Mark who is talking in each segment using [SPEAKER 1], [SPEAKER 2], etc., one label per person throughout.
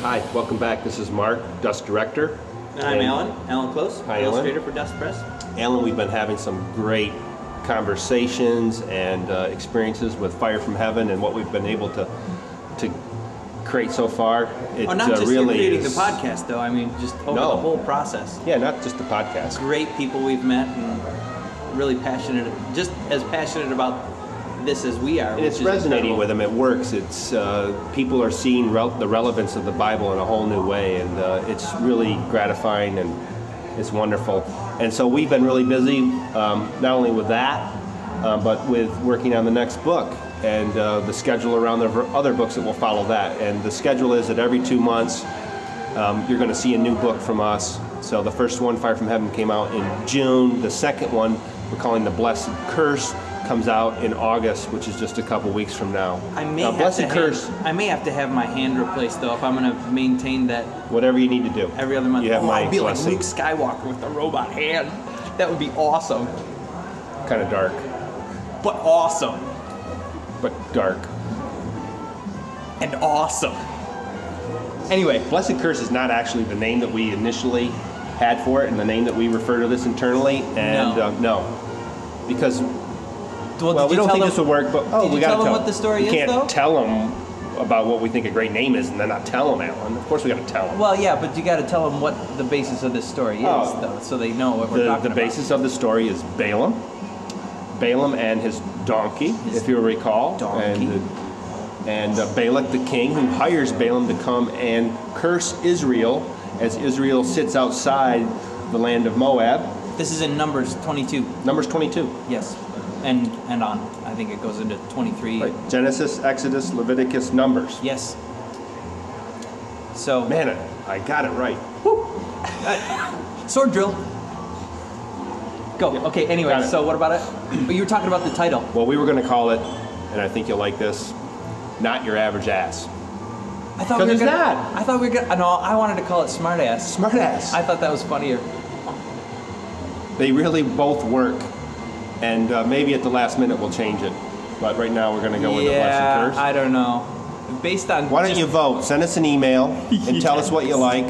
[SPEAKER 1] Hi, welcome back. This is Mark, Dust Director.
[SPEAKER 2] And I'm Alan, Alan Close,
[SPEAKER 1] Hi, Alan.
[SPEAKER 2] illustrator for Dust Press.
[SPEAKER 1] Alan, we've been having some great conversations and uh, experiences with Fire from Heaven and what we've been able to to create so far. It
[SPEAKER 2] Oh, not
[SPEAKER 1] uh,
[SPEAKER 2] just
[SPEAKER 1] really
[SPEAKER 2] in creating
[SPEAKER 1] is-
[SPEAKER 2] the podcast, though. I mean, just over
[SPEAKER 1] No.
[SPEAKER 2] the whole process.
[SPEAKER 1] Yeah, not just the podcast.
[SPEAKER 2] Great people we've met, and really passionate, just as passionate about this as we are.
[SPEAKER 1] And it's resonating with them. It works. It's uh, people are seeing rel- the relevance of the Bible in a whole new way, and uh, it's really gratifying and it's wonderful. And so we've been really busy, um, not only with that, uh, but with working on the next book and uh, the schedule around the ver- other books that will follow that. And the schedule is that every two months. Um, you're going to see a new book from us. So the first one, Fire from Heaven, came out in June. The second one, we're calling the Blessed Curse, comes out in August, which is just a couple weeks from now.
[SPEAKER 2] I may
[SPEAKER 1] now,
[SPEAKER 2] have
[SPEAKER 1] Blessed
[SPEAKER 2] to hand-
[SPEAKER 1] Curse,
[SPEAKER 2] I may have to have my hand replaced though if I'm going to maintain that
[SPEAKER 1] whatever you need to do.
[SPEAKER 2] every other month.
[SPEAKER 1] You have
[SPEAKER 2] oh,
[SPEAKER 1] my
[SPEAKER 2] I'll be
[SPEAKER 1] blessing.
[SPEAKER 2] like Luke Skywalker with the robot hand. That would be awesome,
[SPEAKER 1] Kind of dark,
[SPEAKER 2] but awesome
[SPEAKER 1] but dark.
[SPEAKER 2] and awesome. Anyway,
[SPEAKER 1] Blessed Curse is not actually the name that we initially had for it, and the name that we refer to this internally. And
[SPEAKER 2] No.
[SPEAKER 1] uh, no. because
[SPEAKER 2] well,
[SPEAKER 1] well, we
[SPEAKER 2] did you
[SPEAKER 1] don't
[SPEAKER 2] tell
[SPEAKER 1] think
[SPEAKER 2] them-
[SPEAKER 1] this will work. But oh,
[SPEAKER 2] did
[SPEAKER 1] we
[SPEAKER 2] you
[SPEAKER 1] gotta
[SPEAKER 2] tell them
[SPEAKER 1] tell
[SPEAKER 2] what the story
[SPEAKER 1] we
[SPEAKER 2] is,
[SPEAKER 1] can't
[SPEAKER 2] though?
[SPEAKER 1] tell them about what we think a great name is, and then not tell them, Alan. Of course, we gotta tell them.
[SPEAKER 2] Well, yeah, but you got to tell them what the basis of this story is,
[SPEAKER 1] Oh.
[SPEAKER 2] though, so they know what we're
[SPEAKER 1] The,
[SPEAKER 2] talking
[SPEAKER 1] the
[SPEAKER 2] about.
[SPEAKER 1] basis of the story is Balaam. Balaam and his donkey,
[SPEAKER 2] His
[SPEAKER 1] if you recall.
[SPEAKER 2] donkey.
[SPEAKER 1] And, the- and uh, Balak the king, who hires Balaam to come and curse Israel as Israel sits outside the land of Moab.
[SPEAKER 2] This is in Numbers 22.
[SPEAKER 1] Numbers 22.
[SPEAKER 2] Yes, and and on. I think it goes into 23.
[SPEAKER 1] Right. Genesis, Exodus, Leviticus, Numbers.
[SPEAKER 2] Yes. So
[SPEAKER 1] Man, I, I got it right.
[SPEAKER 2] sword drill. Go. Okay. Anyway,
[SPEAKER 1] Got it.
[SPEAKER 2] so what about it? But you were talking about the title.
[SPEAKER 1] Well, we were going to call it, and I think you'll like this, Not Your Average Ass.
[SPEAKER 2] I thought we were
[SPEAKER 1] Because it's
[SPEAKER 2] gonna.
[SPEAKER 1] that.
[SPEAKER 2] I thought we were gonna. No, I wanted to call it smartass.
[SPEAKER 1] Smartass.
[SPEAKER 2] I thought that was funnier.
[SPEAKER 1] They really both work, and uh, maybe at the last minute we'll change it. But right now we're going to go with the
[SPEAKER 2] yeah,
[SPEAKER 1] blessed curse.
[SPEAKER 2] I don't know. Based on
[SPEAKER 1] Why don't
[SPEAKER 2] just-
[SPEAKER 1] you vote? Send us an email and tell us what you like.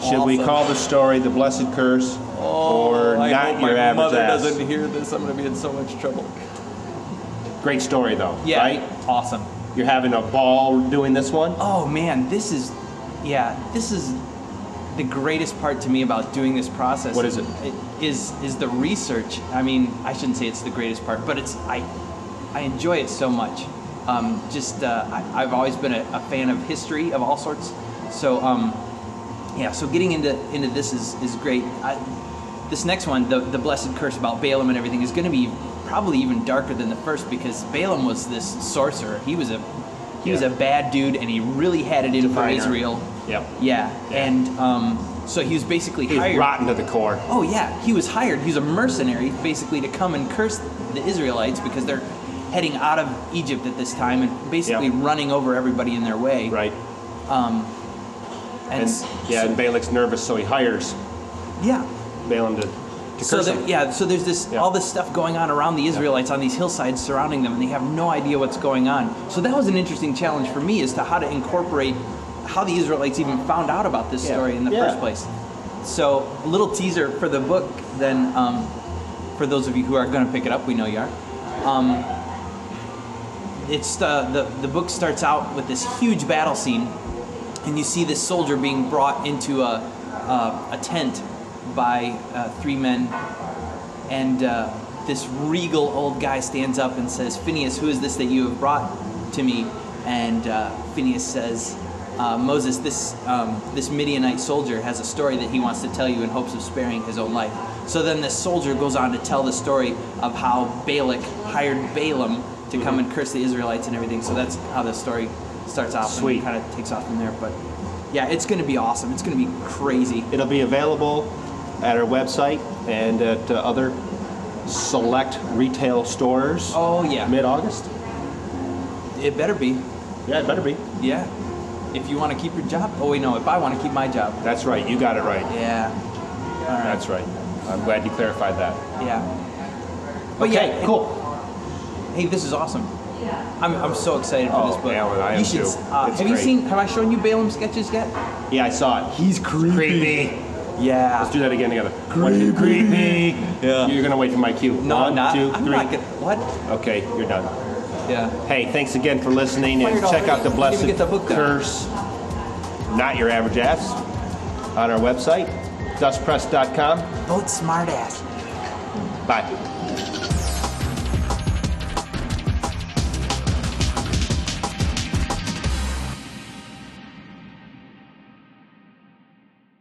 [SPEAKER 1] Should we
[SPEAKER 2] Awesome. Oh,
[SPEAKER 1] call the story the blessed curse or
[SPEAKER 2] I
[SPEAKER 1] not
[SPEAKER 2] hope
[SPEAKER 1] your
[SPEAKER 2] my
[SPEAKER 1] average
[SPEAKER 2] mother
[SPEAKER 1] ass?
[SPEAKER 2] doesn't hear this. I'm gonna be in so much trouble.
[SPEAKER 1] Great story though,
[SPEAKER 2] Yeah.
[SPEAKER 1] right?
[SPEAKER 2] Awesome.
[SPEAKER 1] You're having a ball doing this one.
[SPEAKER 2] Oh man, this is, yeah, this is the greatest part to me about doing this process.
[SPEAKER 1] What is it?
[SPEAKER 2] it is is the research. I mean, I shouldn't say it's the greatest part, but it's I, I enjoy it so much. Um, just uh, I, I've always been a, a fan of history of all sorts. So um, yeah, so getting into into this is is great. I, this next one, the the blessed curse about Balaam and everything, is going to be probably even darker than the first because Balaam was this sorcerer. He was a he was
[SPEAKER 1] Yeah.
[SPEAKER 2] a bad dude, and he really had it in for
[SPEAKER 1] Diviner.
[SPEAKER 2] Israel.
[SPEAKER 1] Yep.
[SPEAKER 2] Yeah,
[SPEAKER 1] Yeah.
[SPEAKER 2] and um, so he was basically
[SPEAKER 1] He's
[SPEAKER 2] hired.
[SPEAKER 1] rotten to the core.
[SPEAKER 2] Oh yeah, he was hired. He's a mercenary, basically, to come and curse the Israelites because they're heading out of Egypt at this time and basically
[SPEAKER 1] Yeah.
[SPEAKER 2] running over everybody in their way.
[SPEAKER 1] Right.
[SPEAKER 2] And,
[SPEAKER 1] And yeah, and Balak's nervous, so he hires
[SPEAKER 2] yeah.
[SPEAKER 1] Balaam to, to curse
[SPEAKER 2] So there,
[SPEAKER 1] him.
[SPEAKER 2] yeah, so there's this
[SPEAKER 1] Yeah.
[SPEAKER 2] all this stuff going on around the Israelites on these hillsides surrounding them, and they have no idea what's going on. So that was an interesting challenge for me as to how to incorporate how the Israelites even found out about this
[SPEAKER 1] Yeah.
[SPEAKER 2] story in the
[SPEAKER 1] Yeah.
[SPEAKER 2] first place. So little teaser for the book, then um, for those of you who are going to pick it up, we know you are. Um, it's the, the the book starts out with this huge battle scene, and you see this soldier being brought into a a, a tent by uh, three men and uh, this regal old guy stands up and says, Phineas, who is this that you have brought to me? And uh, Phineas says, uh, Moses, this, um, this Midianite soldier has a story that he wants to tell you in hopes of sparing his own life. So then this soldier goes on to tell the story of how Balak hired Balaam to come and curse the Israelites and everything. So that's how the story starts off
[SPEAKER 1] Sweet.
[SPEAKER 2] and kind of takes off from there. But yeah, it's going to be awesome. It's going to be crazy.
[SPEAKER 1] It'll be available at our website and at uh, other select retail stores
[SPEAKER 2] Oh, yeah.
[SPEAKER 1] mid August.
[SPEAKER 2] It better be.
[SPEAKER 1] Yeah, it better be.
[SPEAKER 2] Yeah. If you want to keep your job. Oh, wait, no. If I want to keep my job.
[SPEAKER 1] That's right. You got it right.
[SPEAKER 2] Yeah. All right.
[SPEAKER 1] That's right. I'm glad you clarified that.
[SPEAKER 2] yeah. But
[SPEAKER 1] okay,
[SPEAKER 2] yeah,
[SPEAKER 1] cool.
[SPEAKER 2] Hey, this is awesome. I'm, I'm so excited for this
[SPEAKER 1] Oh,
[SPEAKER 2] book.
[SPEAKER 1] Alan, I
[SPEAKER 2] you
[SPEAKER 1] am
[SPEAKER 2] should.
[SPEAKER 1] too.
[SPEAKER 2] s- Uh, have
[SPEAKER 1] It's
[SPEAKER 2] you
[SPEAKER 1] great.
[SPEAKER 2] seen? Have I shown you Balaam sketches yet?
[SPEAKER 1] Yeah, I saw it. He's creepy.
[SPEAKER 2] Yeah.
[SPEAKER 1] Let's do that again together. One, two, creepy.
[SPEAKER 2] Yeah.
[SPEAKER 1] You're gonna wait for my cue.
[SPEAKER 2] No,
[SPEAKER 1] One,
[SPEAKER 2] I'm not.
[SPEAKER 1] two,
[SPEAKER 2] I'm
[SPEAKER 1] three.
[SPEAKER 2] not gonna. What?
[SPEAKER 1] Okay, you're done.
[SPEAKER 2] Yeah.
[SPEAKER 1] Hey, thanks again for listening, and
[SPEAKER 2] Fired
[SPEAKER 1] check out
[SPEAKER 2] already.
[SPEAKER 1] the
[SPEAKER 2] Didn't
[SPEAKER 1] blessed
[SPEAKER 2] even get the book done.
[SPEAKER 1] curse. Not your average ass. On our website, dustpress.com.
[SPEAKER 2] Vote smartass.
[SPEAKER 1] Bye.